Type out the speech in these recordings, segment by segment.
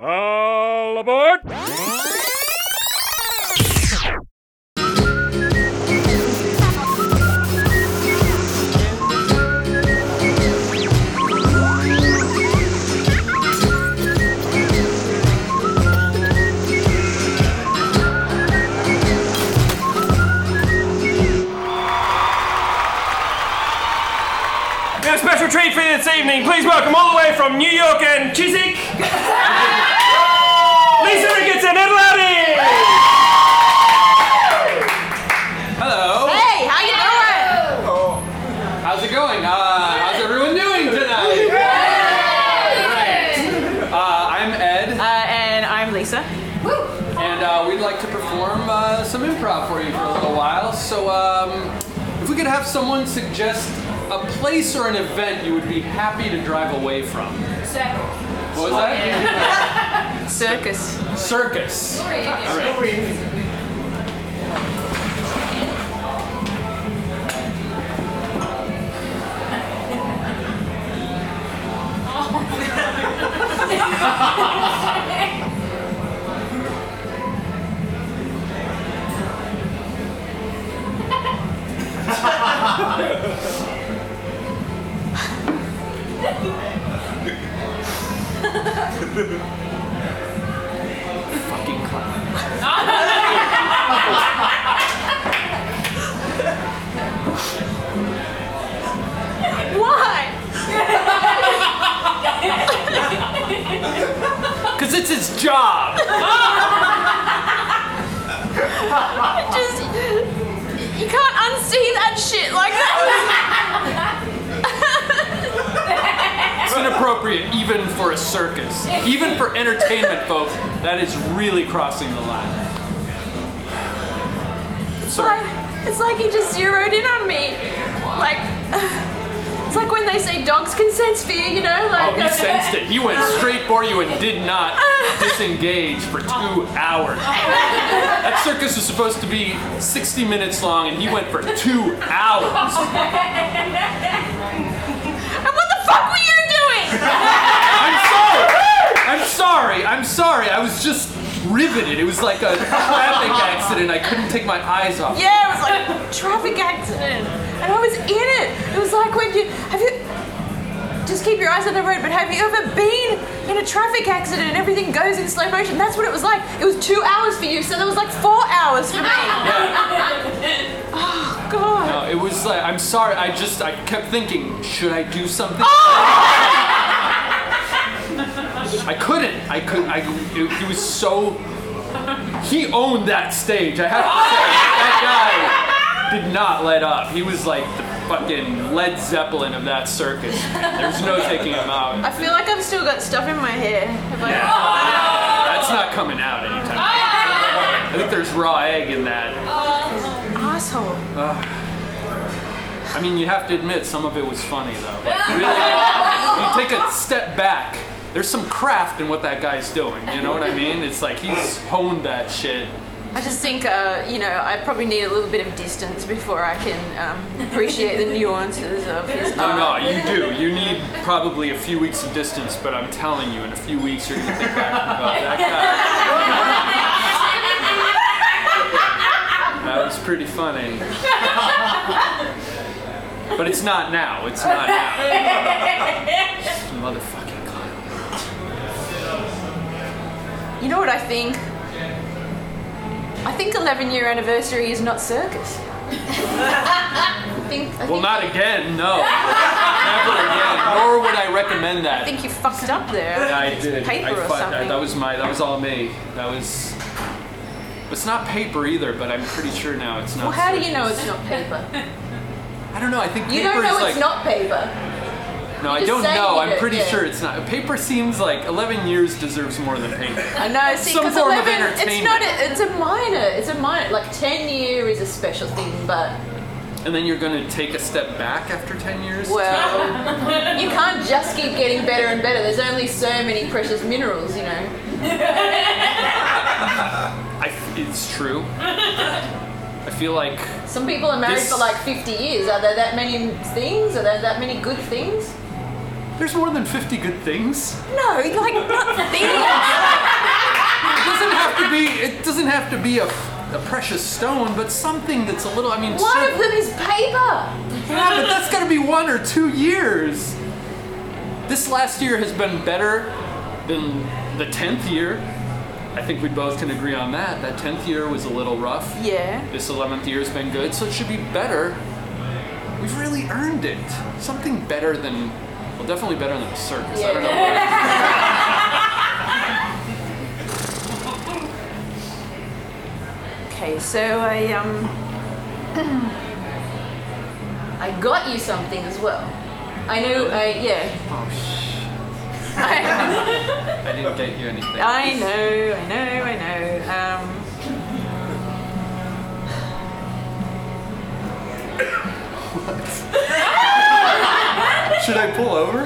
All aboard! We have a special treat for you this evening. Please welcome all the way from New York and Chiswick, Lisa Ricketts and Ed Lowry. Hey, how you doing? How's it going? Uh, how's everyone doing tonight? Great. Uh, I'm Ed, Uh, and I'm Lisa. and uh, we'd like to perform uh, some improv for you for a little while. So, um, if we could have someone suggest a place or an event you would be happy to drive away from. What was that? Circus. Circus. All right. Fucking clown. Why? Cause it's his job. Just you can't unsee that shit like that. It's inappropriate even for a circus. Even for entertainment, folks, that is really crossing the line. It's like it's like he just zeroed in on me. Like it's like when they say dogs can sense fear, you know, Oh, like he sensed it. He went straight for you and did not disengage for two hours. That circus was supposed to be 60 minutes long, and he went for two hours. And what the fuck were you doing? I'm sorry. I'm sorry. I'm sorry. I was just riveted. It was like a traffic accident. I couldn't take my eyes off. Yeah, it was like traffic accident. And I was in it. It was like when you have you just keep your eyes on the road, but have you ever been in a traffic accident and everything goes in slow motion? That's what it was like. It was two hours for you, so there was like four hours for me. oh god. No, Uh, it was like I'm sorry. I just I kept thinking, should I do something? I couldn't. I could. I. It, he was so. He owned that stage. I have to say that guy did not let up. He was like the fucking Led Zeppelin of that circus. There's no taking him out. I feel like I've still got stuff in my hair. I'm Like, That's not coming out anytime. I think there's raw egg in that. Asshole. I mean, you have to admit some of it was funny though. Like, really, you take a step back. There's some craft in what that guy's doing. You know what I mean? It's like he's honed that shit. I just think, uh, you know, I probably need a little bit of distance before I can um, appreciate the nuances of his No, art. Oh, no, you do. You need probably a few weeks of distance, but I'm telling you, in a few weeks, you're gonna think back about that guy. That was pretty funny. But it's not now. It's not now. Motherfucking clown. You know what I think? I think 11 year anniversary is not circus. I think, I, Well, think, not again. No, never again. Nor would I recommend I that. think you fucked up there. I did. paper I or fucked- I- something. that was my. That was all me. That was. It's not paper either, but I'm pretty sure now it's not. Well, how do you surface. know it's not paper? I don't know. I think paper You don't know is like it's not paper. no. I just don't say know. you I'm did, pretty yeah. sure it's not. Paper seems like 11 years deserves more than paper. I know, see, Some because form of 11, it's not, entertainment. a, it's a minor, it's a minor, like 10 year is a special thing, but And then you're gonna take a step back after 10 years. well, you can't just keep getting better and better. There's only so many precious minerals, you know. I f it's true. I feel like Some people are married This- for like 50 years. Are there that many things? Are there that many good things? there's more than 50 good things. No, like not things. to be. It doesn't have to be a, a precious stone, but something that's a little. I mean, One cer- of them is paper. yeah, but that's got to be one or two years. This last year has been better than the tenth year. I think we both can agree on that. That tenth year was a little rough. Yeah. This 11th year has been good, so it should be better. We've really earned it. Something better than, well, definitely better than a circus. I don't know. what- Okay, so I um I got you something as well. I know. I yeah. Oh, shh. I, I didn't get you anything. I know, I know, I know. Uh, Um Should I pull over?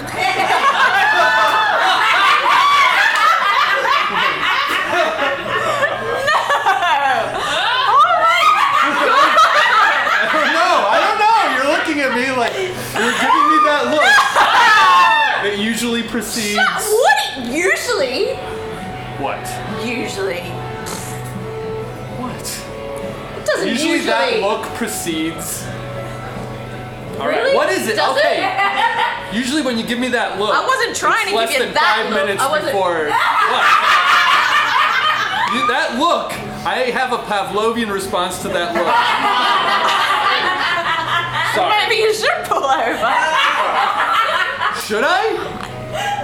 Oh no, I don't know. You're looking at me like you're giving me that look. It usually precedes what usually what? usually What? It doesn't Usually, usually. that look precedes. All right, Really? what is it? Does okay. It? Usually when you give me that look, I wasn't trying it's to less give you than that five look. minutes I wasn't- before. Look. You- that look, I have a Pavlovian response to that look. Sorry. maybe you should pull over. Should I?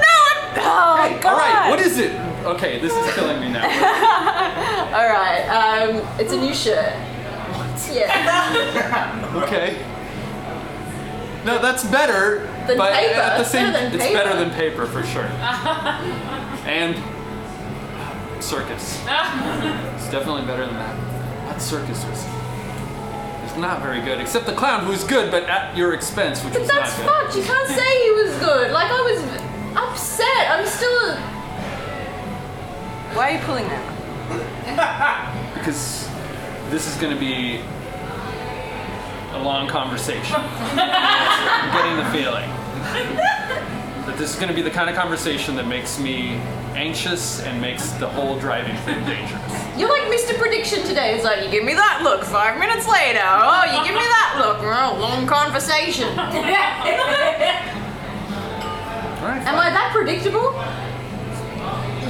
Oh my god. All right. What is it? Okay, this is killing me now. All right. Um, it's a new shirt. Yeah. Okay. No, that's better. Than but paper. at the It's same, better than it's paper. better than paper for sure. and circus. it's definitely better than that. That circus was. It's not very good, except the clown, who was good, but at your expense, which But was that's not good. fucked. You can't say he was good. Like I was upset. I'm still. Why are you pulling over? Because this is going to be a long conversation. I'm getting the feeling that this is going to be the kind of conversation that makes me anxious and makes the whole driving thing dangerous. You're like Mr. Prediction today. It's like you give Give me that look five minutes later. Oh, you give me that look. Oh, long conversation. All right. Am I that predictable?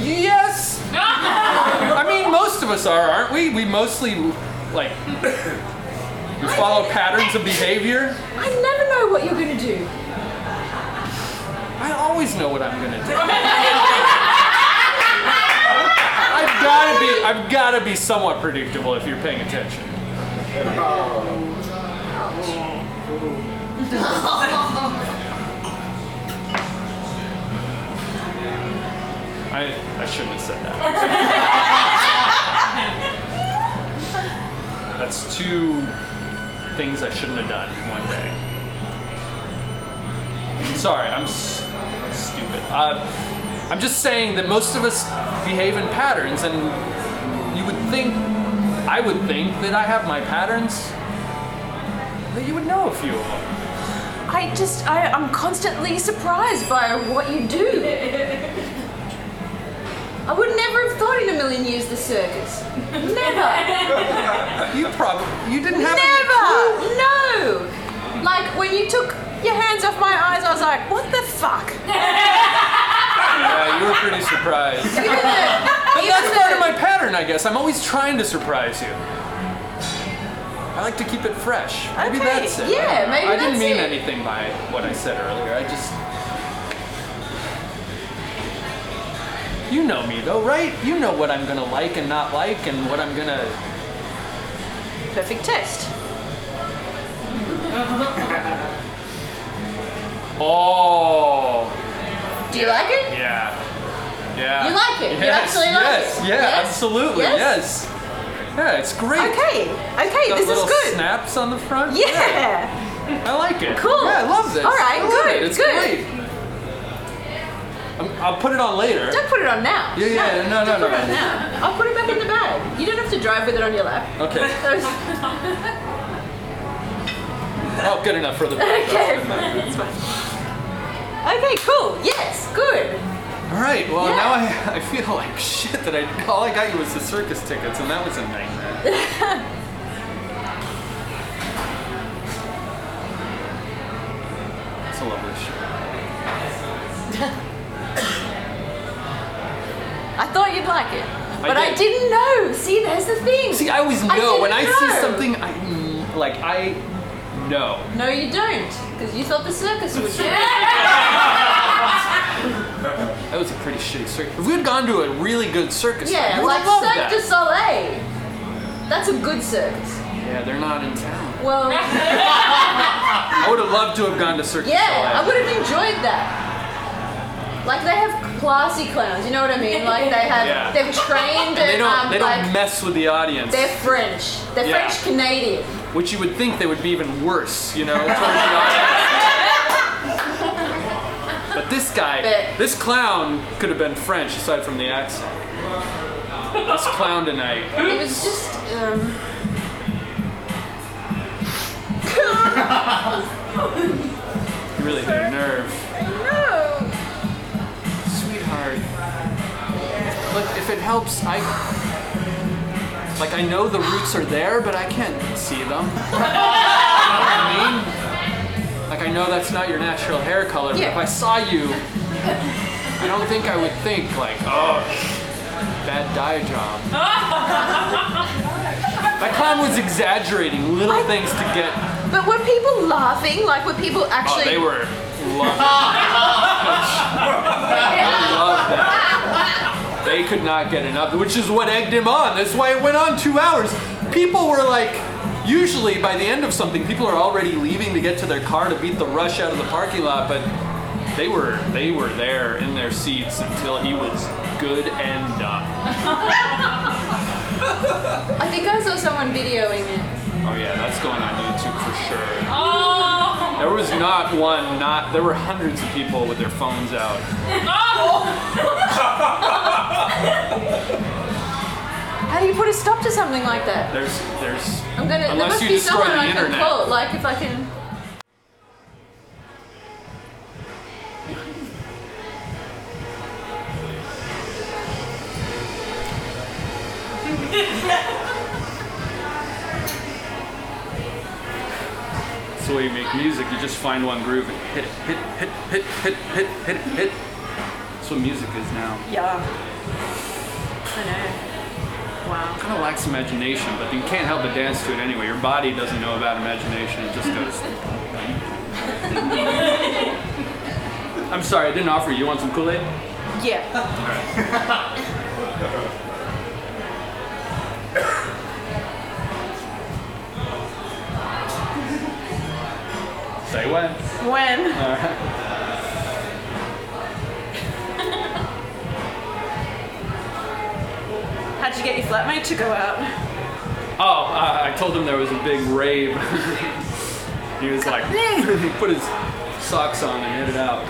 Yes. I mean, most of us are, aren't we? We mostly like we follow patterns of behavior. I never know what you're gonna do. I always know what I'm gonna do. I've gotta be. I've gotta be somewhat predictable if you're paying attention. I, I shouldn't have said that. That's two things I shouldn't have done in one day. Sorry, I'm s- stupid. Uh, I'm just saying that most of us behave in patterns, and you would think, I would think that I have my patterns. That you would know a few of them. I just, I, I'm constantly surprised by what you do. I would never have thought in a million years the circus. Never. You probably you didn't have Never! no. Like, when you took your hands off my eyes, I was like, what the fuck? Any, yeah, you were pretty surprised. Even the, But that's part of my pattern, I guess. I'm always trying to surprise you. I like to keep it fresh. Maybe Okay, that's it. yeah, maybe I didn't that's mean it. anything by what I said earlier. I just. You know me though, right? You know what I'm gonna like and not like and what I'm gonna. Perfect test. Oh, do you like it? yeah. Yeah. You like it? You Yes, actually like yes, it? Yeah, Yes? absolutely. Yes? Yes. Yeah, it's great. Okay, okay, Got this is little good. snaps on the front. Yeah! I like it. Cool. Yeah, I love this. All I right, love good, It. It's good. great. I'm, I'll put it on later. Don't put it on now. Yeah, yeah, no, no, Don't no. put it on now. I'll put it back in the bag. You don't have to drive with it on your lap. Okay. That was- Oh, good enough for the. okay, fine. That's fine. Okay, cool. Yes, good. All right. Well, Yeah. now I, I feel like shit that I all I got you was the circus tickets, and that was a nightmare. It's a lovely show. I thought you'd like it, but I, did. didn't know. See, there's the thing. See, I always know when I didn't see know. something, I mm, like I know. No, you don't, because you thought the circus would do it. That was a pretty shitty circus. If we had gone to a really good circus, Yeah, you would like love Cirque that. du Soleil. That's a good circus. Yeah, they're not in town. Well, I would have loved to have gone to Circus yeah, I Soleil. would have enjoyed that. Like they have classy clowns, you know what I mean? Like they have, Yeah. they've trained and, They don't. um, they don't like mess with the audience, they're French, they're Yeah. French Canadian. which you would think they would be even worse, you know. towards the audience. but this guy, But- this clown, could have been French aside from the accent. This clown tonight. It was just, um, You really hit a nerve, No. sweetheart. Look, if it helps, I. Like I know the roots are there, but I can't see them. you know what I mean? Like I know that's not your natural hair color, but if Yeah. I saw you, I don't think I would think like, oh, bad dye job. that clown was exaggerating little I- things to get. but were people laughing? Like were people Oh, actually? they were. Loving I love that. They could not get enough, which is what egged him on. That's why it went on two hours. People were like, usually by the end of something, people are already leaving to get to their car to beat the rush out of the parking lot, but they were they were there in their seats until he was good and done. I think I saw someone videoing it. Oh yeah, that's going on YouTube for sure. Oh. There was not one, not there were hundreds of people with their phones out. How do you put a stop to something like that? There's there's I'm gonna. there unless must you be destroy someone the I can internet. call. Like if I can. That's the way you make music. You just find one groove and hit it, hit, hit, hit, hit, hit, hit, hit. That's what music is now. Yeah. I know. Wow. Kind of lacks imagination, but you can't help but dance to it anyway. Your body doesn't know about imagination. It just goes. I'm sorry, I didn't offer you. You want some Kool-Aid? Yeah. Say what? When? How'd you get your flatmate to go out? Oh, uh, I told him there was a big rave. he was like, he put his socks on and hit it out.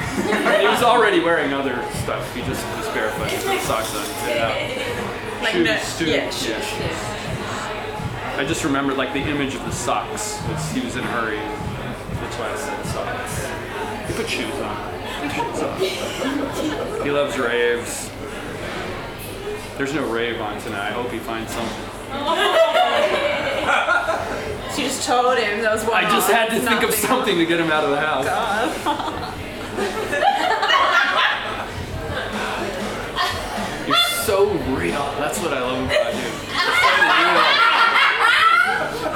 he was already wearing other stuff. He just was barefoot. He put his socks on and hit it out. Like Shoes, no. too. Yeah. Shoes. Yeah, shoes. I just remembered like the image of the socks. Was, he was in a hurry. That's why I said socks. He put shoes on. He put shoes on. he loves raves. There's no rave on tonight. I hope he finds something. So you just told him that was one. I just off, had to think of nothing. something to get him out of the house. You're so real. That's what I love about you. You're so real.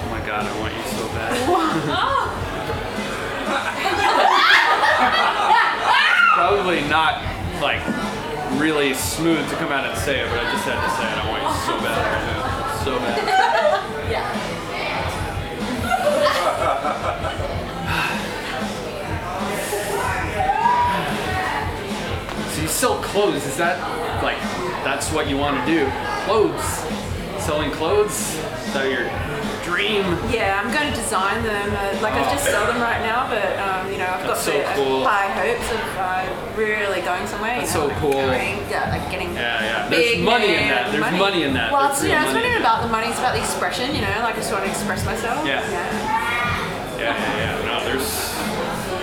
Oh my god, I want you so bad. Probably not like really smooth to come out and say it, but I just had to say it. I want you so bad right now. So bad. So you sell clothes. Is that like that's what you want to do? Clothes. Selling clothes? Is that your dream? Yeah, I'm going to design them. Uh, like I just sell them right now, but um, you know I've got That's so the cool. high hopes of uh, really going somewhere. That's you so know, like cool. Going, yeah, like getting. Yeah, yeah. There's Big money in name that. There's money, money. in that. Well, There's it's, you know, it's real not money even in about the money. It's about the expression. You know, Like I just want to express myself. Yeah. yeah. that. Yeah, yeah, yeah. No, there's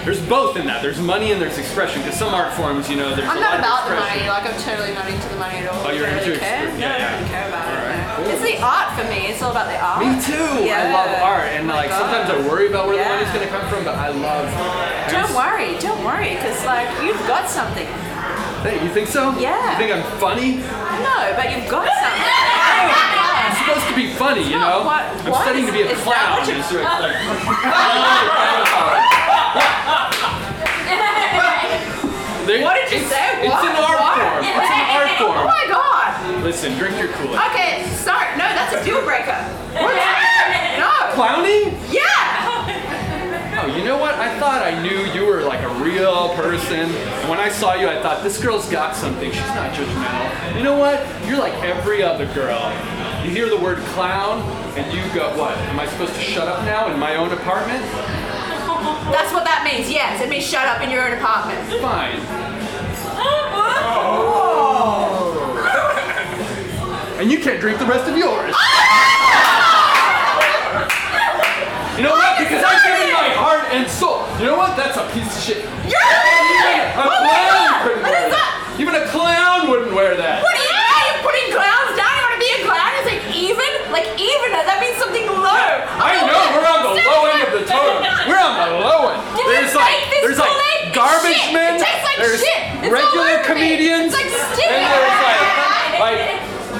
There's both in that. There's money and there's expression. Because some art forms, you know, there's I'm a not about lot of the expression. money. Like I'm totally not into the money at all. Oh, you're I don't into really care. No, expression. Yeah, I yeah. don't care about All it. right, no. It's the art for me. It's all about the art. Me too. I Yeah. Oh love art, and like God. sometimes I worry about where Yeah. the money's gonna come from, but I love. I Don't just- worry. Don't worry. Because like you've got something. Hey, you think so? Yeah. You think I'm funny? No, but you've got something. I'm supposed to be funny, you not know. what- I'm what studying is- to be a is that clown. what you're- It's right there. There- What did you it's- say? It's What? an art What? form. It's an art Oh form. my god. Listen, drink your Kool-Aid. Okay, sorry. No, that's a deal breaker. What? No. Clowning? Yeah. Oh, you know what? I thought I knew you were like a real person. When I saw you, I thought this girl's got something. She's not judgmental. You know what? You're like every other girl. You hear the word clown, and you go, "What? Am I supposed to shut up now in my own apartment?" That's what that means. Yes, it means shut up in your own apartment. Fine. And you can't drink the rest of yours. You know what? Because I'm giving my heart and soul. You know what? That's a piece of shit. Yeah. Oh A my clown God. couldn't What wear is that? that. Even a clown wouldn't wear that. What are you, are you putting clowns down? You want to be a clown? It's like even? Like even? That means something low. I know we're on the low end of the totem. We're on the low end. Did I There's like make this there's like Kool-Aid? It's garbage shit. men. It tastes like there's shit. It's all regular over me. comedians. It's like stupid. And there's like like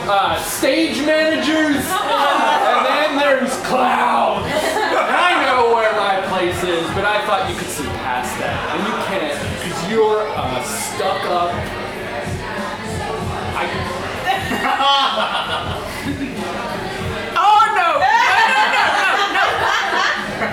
uh, stage managers. and then there's clowns. And I know where my place is, but I thought you could see past that, and you can't because you're uh, stuck up. I, Oh no. No, no, no, no, no.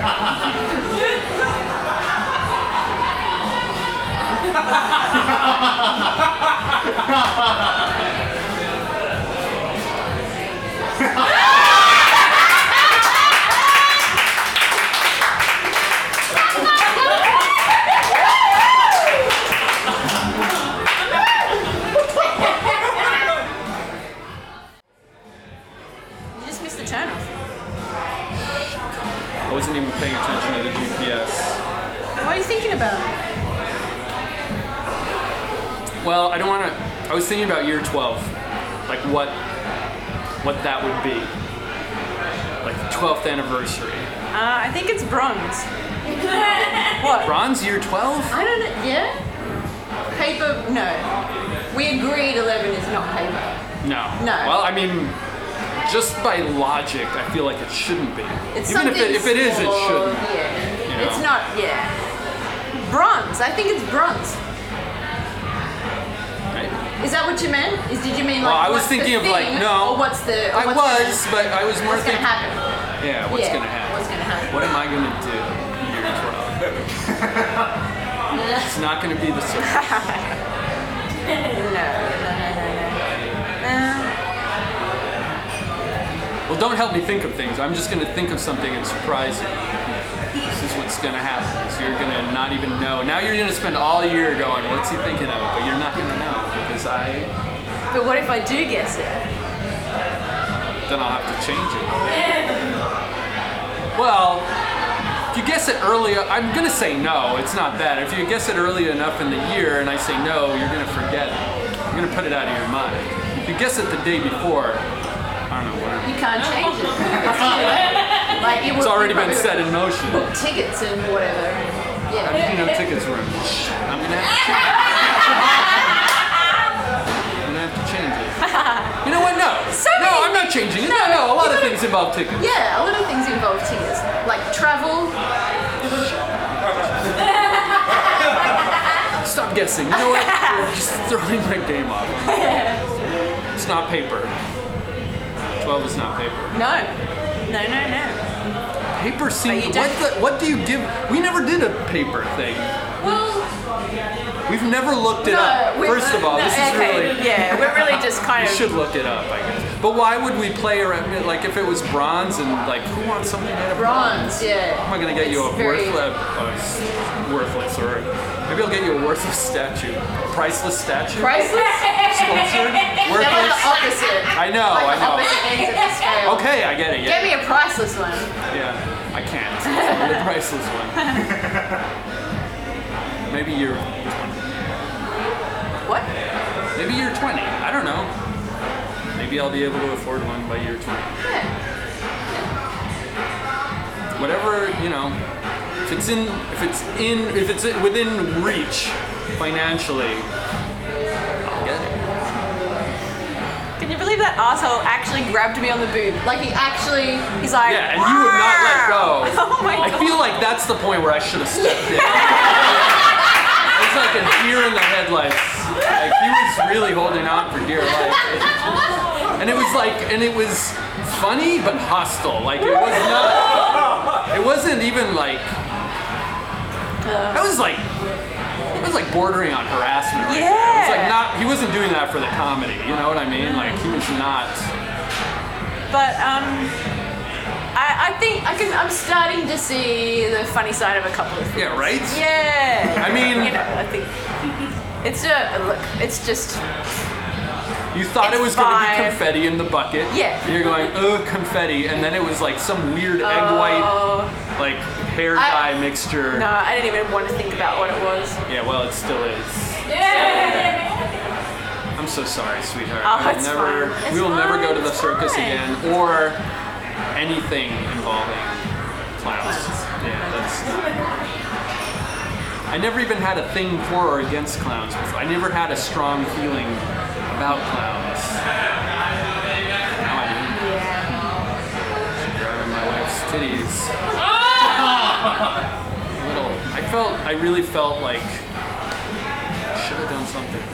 You just missed the turn off. I wasn't even paying attention to the GPS. What are you thinking about? Well, I don't want to. I was thinking about year 12, like what, what that would be, like the 12th anniversary. Uh, I think it's bronze. what? Bronze year 12? I don't know. Yeah? Paper, no. We agreed 11 is not paper. No. No. Well, I mean, just by logic, I feel like it shouldn't be. It's Even if something it, if it is, it small, shouldn't. Yeah. you know? It's not, yeah. Bronze. I think it's bronze. Right? Is that what you meant? Is did you mean like Well, I was what's the thinking of like thing, no. Or what's the? Or I what's was, but I was The, more what's gonna thinking. happen? Yeah. What's Yeah, gonna happen? what's gonna happen. What am I gonna do? Year 12. it's not gonna be the same. No, no, no, Well, don't help me think of things. I'm just going to think of something and surprise you. This is what's going to happen. So you're going to not even know. Now you're going to spend all year going, what's he thinking of? But you're not going to know because I, no. But what if I do guess it? then I'll have to change it. Well, if you guess it early, I'm going to say no. It's not that. If you guess it early enough in the year and I say no, you're going to forget it. You're going to put it out of your mind. If you guess it the day before, I don't know, whatever. You can't change it. like it It's would- already you been probably set would in motion. Book tickets and whatever. and- I'm Yeah. picking up tickets for him. I'm gonna have to change. I'm gonna have to change it. You know what? No. So no, many I'm not changing it. No, no. A lot of things involve tickets. Yeah, a lot of things involve tickets, like travel. Stop guessing. You know what? You're just throwing my game off. It's not paper. Twelve is not paper. No. No, no, no. Paper seems. you What don't- the? What do you give? We never did a paper thing. Well, We've never looked it No, up. we- First of all, no, this is okay, really. yeah, we're really just kind You of. should look it up, I guess. But why would we play around? Like, if it was bronze and like, who wants something out of bronze. Yeah. I'm not gonna get you a It's very- worthless, uh, s- worthless, or maybe I'll get you a worthless statue, priceless statue, Priceless. They're sculptured, like the worthless. opposite. I know, Like I the know. opposite ends of the scale. Okay, I get it. Get Yeah, me a priceless one. yeah. I can't. The priceless one. Maybe you're What? maybe you're 20. I don't know. Maybe I'll be able to afford one by year 20. Yeah. whatever you know if it's in if it's in if it's within reach financially i'll get it Can you believe that asshole actually grabbed me on the boob? Like he actually. He's like, yeah and you would not let "Wow." go Oh my i god. feel like that's the point where i should have stepped in it's like a deer in the headlights like he was really holding on for dear life and it was like and it was funny but hostile like it was not it wasn't even like that was like it was like bordering on harassment right there. it was like Yeah. not he wasn't doing that for the comedy you know what i mean like he was not But um, I, I think I can. I'm starting to see the funny side of a couple of. yeah right yeah. i mean You know, I think It's a look. It's just. You thought it It's was going to be fine. confetti in the bucket. Yeah. You're going, ugh, confetti, and then it was like some weird egg white, like hair I- dye mixture. Oh. no, uh, I didn't even want to think about what it was. Yeah, well, it still is. I'm so sorry, sweetheart. Oh, I will it's never, fine. It's we will never fine, go to the it's circus fine. again or anything involving clowns. Yeah, that's. I never even had a thing for or against clowns before. I never had a strong feeling about clowns. Now I do. grabbing my wife's titties. A little. I felt. I really felt like should have done something.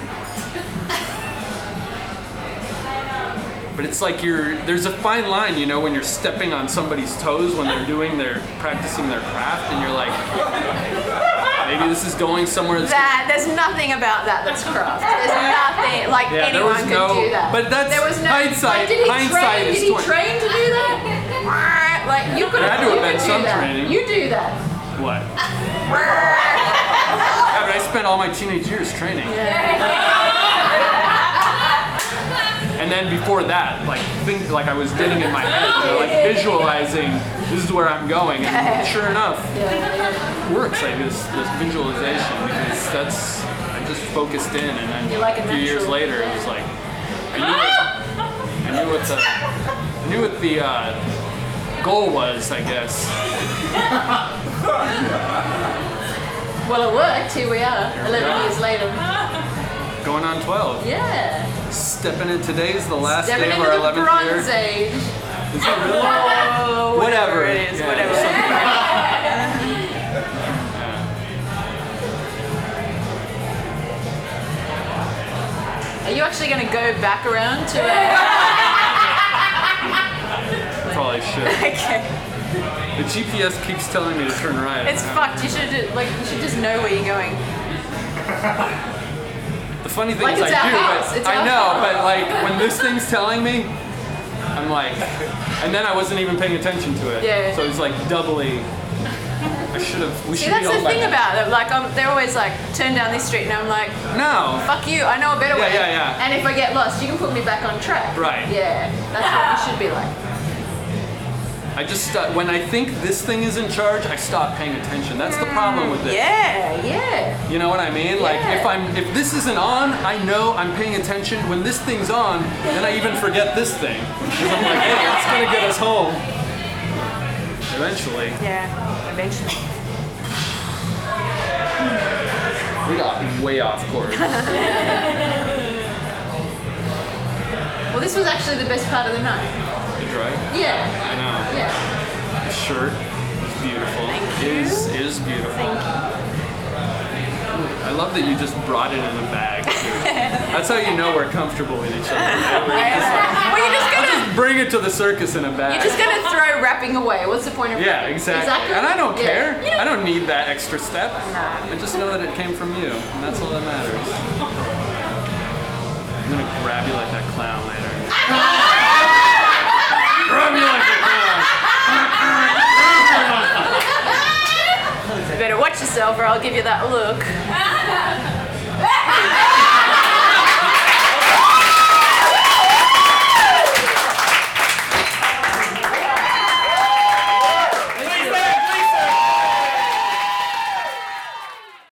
But it's like you're. There's a fine line, you know, when you're stepping on somebody's toes when they're doing their practicing their craft, and you're like, maybe this is going somewhere. That's That there's nothing about that that's craft. There's nothing like Yeah, there anyone was could no- do that. but that's there was no Like, hindsight. did he Hindsight train? is did he 20. train to do that? like you could. There had to have you been could do some that. training. You do that. what. yeah, but I spent all my teenage years training. And then before that, like think like I was getting in my head, you know, like visualizing this is where I'm going. And sure enough, it works like this this visualization because that's I just focused in and then You're like a a few years natural. later it was like I knew what, I knew what the I knew what the uh, goal was, I guess. Well, it worked. Here we are, 11 are. years later. Going on twelve. Yeah. Stepping in today's the last Stepping day of into our the Bronze eleventh year. Age. Is it really? Oh, Whatever. it is, Yeah, whatever. Are you actually going to go back around to it? Probably should. Okay, The GPS keeps telling me to turn right. it's fucked. You should ju- like you should just know where you're going. The funny thing Like, is, it's I our do, house. but It's I our know, house. but like when this thing's telling me, I'm like, and then I wasn't even paying attention to it. Yeah. So it's like doubly. I should have. We See, should that's be all the thing like, about it. Like, I'm, they're always like, turn down this street, and I'm like, No. fuck you, I know a better Yeah, way. yeah, yeah. And if I get lost, you can put me back on track. Right. Yeah, that's what we should be like. I just stop, when I think this thing is in charge, I stop paying attention. That's the problem with it. Yeah. Yeah. You know what I mean? Like if Yeah. I'm if this isn't on, I know I'm paying attention. When this thing's on, then I even forget this thing. 'Cause I'm like, hey, it's gonna get us home. Eventually. Yeah. Eventually. We got way off course. Well, this was actually the best part of the night. right? Yeah. I know. Yeah. The shirt is beautiful. Is is beautiful. I love that you just brought it in a bag. too. That's how you know we're comfortable with each other. Well, you're just gonna Bring it to the circus in a you're bag. just gonna throw wrapping away. What's the point of yeah, wrapping? exactly. And I don't Yeah. care. You know, I don't need that extra step. I just know that it came from you, and that's all that matters. I'm gonna grab you like that clown later. grab you like that clown. You better watch yourself, or I'll give you that look.